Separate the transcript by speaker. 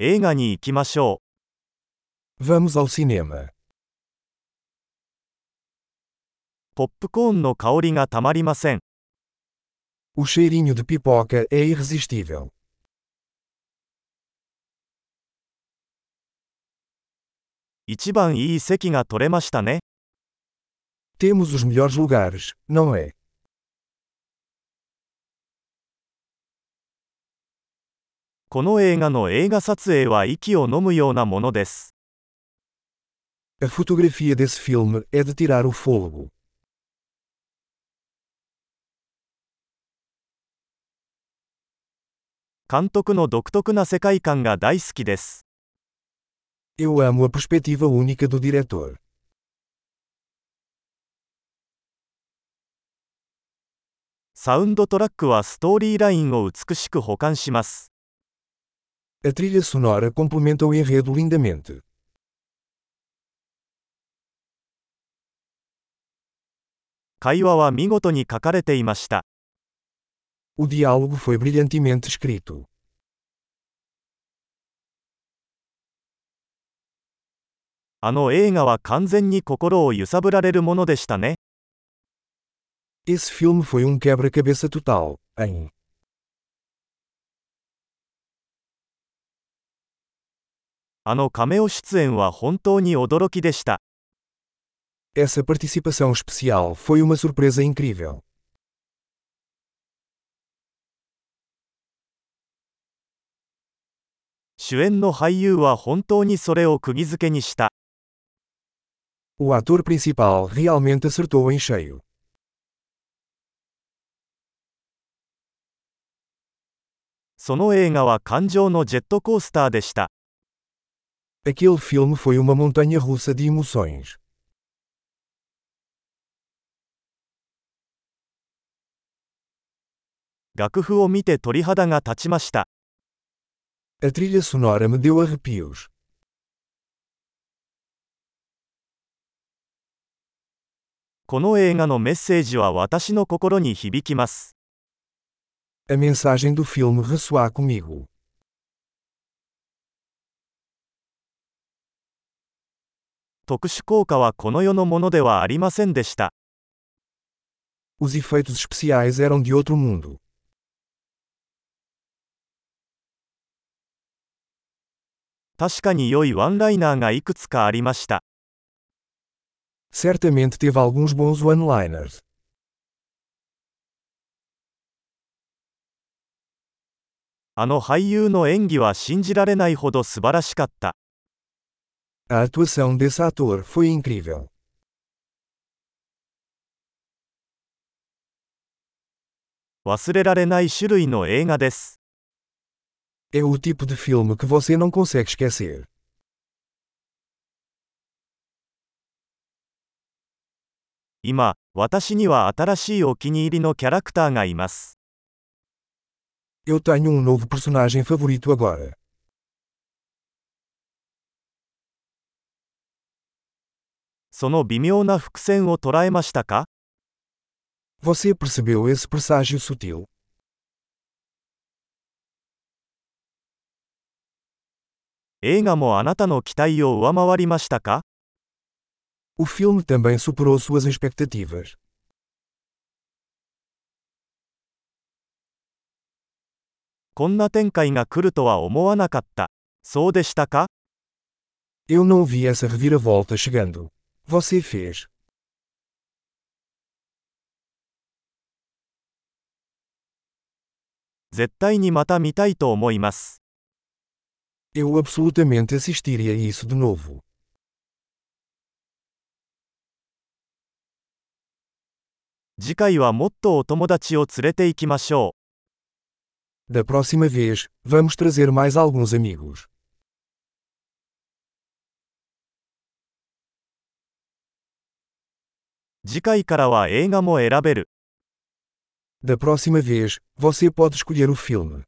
Speaker 1: 映画に行きましょ
Speaker 2: Vamos ao cinema.
Speaker 1: う。ポップコーンの香りがたまりません。
Speaker 2: O cheirinho de pipoca é irresistível.
Speaker 1: 一番いい席が取れましたね。
Speaker 2: Temos os melhores lugares, não é?
Speaker 1: この映画の映画撮影は息を飲むようなものです。
Speaker 2: A fotografia desse filme é de tirar o fôlego.
Speaker 1: 監督の独特な世界観が大好きです。
Speaker 2: Eu amo a perspectiva única do diretor.
Speaker 1: サウンドトラックはストーリーラインを美しく保管します。
Speaker 2: A trilha sonora complementa o enredo lindamente.
Speaker 1: 会話は見事に書かれていました。
Speaker 2: O diálogo foi brilhantemente escrito.
Speaker 1: あの映画は完全に心を揺さぶられるものでしたね。
Speaker 2: Esse filme foi um quebra-cabeça total, hein?
Speaker 1: あのカメオ出演は本当に驚きでした。
Speaker 2: Essa participação especial foi uma surpresa incrível.
Speaker 1: 主演の俳優は本当にそれを釘付けにした。
Speaker 2: O ator principal realmente acertou em cheio.
Speaker 1: その映画は感情のジェットコースターでした。
Speaker 2: Aquele filme foi uma montanha russa de emoções.
Speaker 1: 楽譜を見て鳥肌が立ちました。
Speaker 2: A trilha sonora me deu arrepios.
Speaker 1: この映画のメッセージは私の心に響きます。
Speaker 2: A mensagem do filme ressoar comigo.
Speaker 1: 特殊効果はこの世のものではありませんでした。
Speaker 2: Os efeitos especiais eram de outro mundo.
Speaker 1: 確かに良いワンライナーがいくつかありました。
Speaker 2: Certamente teve alguns bons one-liners.
Speaker 1: あの俳優の演技は信じられないほど素晴らしかった。
Speaker 2: A atuação desse ator foi incrível.
Speaker 1: 忘れられない種類の映画です。
Speaker 2: É o tipo de filme que você não consegue esquecer.
Speaker 1: 今、私には新しいお気に入りのキャラクターがいます。
Speaker 2: Eu tenho um novo personagem favorito agora.
Speaker 1: その微妙な伏線を捉えましたか
Speaker 2: Você percebeu esse presságio sutil?
Speaker 1: 映画もあなたの期待を上回りましたか
Speaker 2: O filme também superou suas expectativas.
Speaker 1: こんな展開が来るとは思わなかった。そうでしたか
Speaker 2: Eu não vi essa reviravolta chegando. Você fez.
Speaker 1: 絶対にまた見たいと思います。
Speaker 2: Eu absolutamente assistiria isso de novo.
Speaker 1: 次回はもっとお友達を連れて行きましょう。
Speaker 2: Da próxima vez, vamos trazer mais alguns amigos.
Speaker 1: Próxima vez, você pode escolher filmes. 次回からは映画も選べる。
Speaker 2: Da próxima vez, você pode escolher o filme.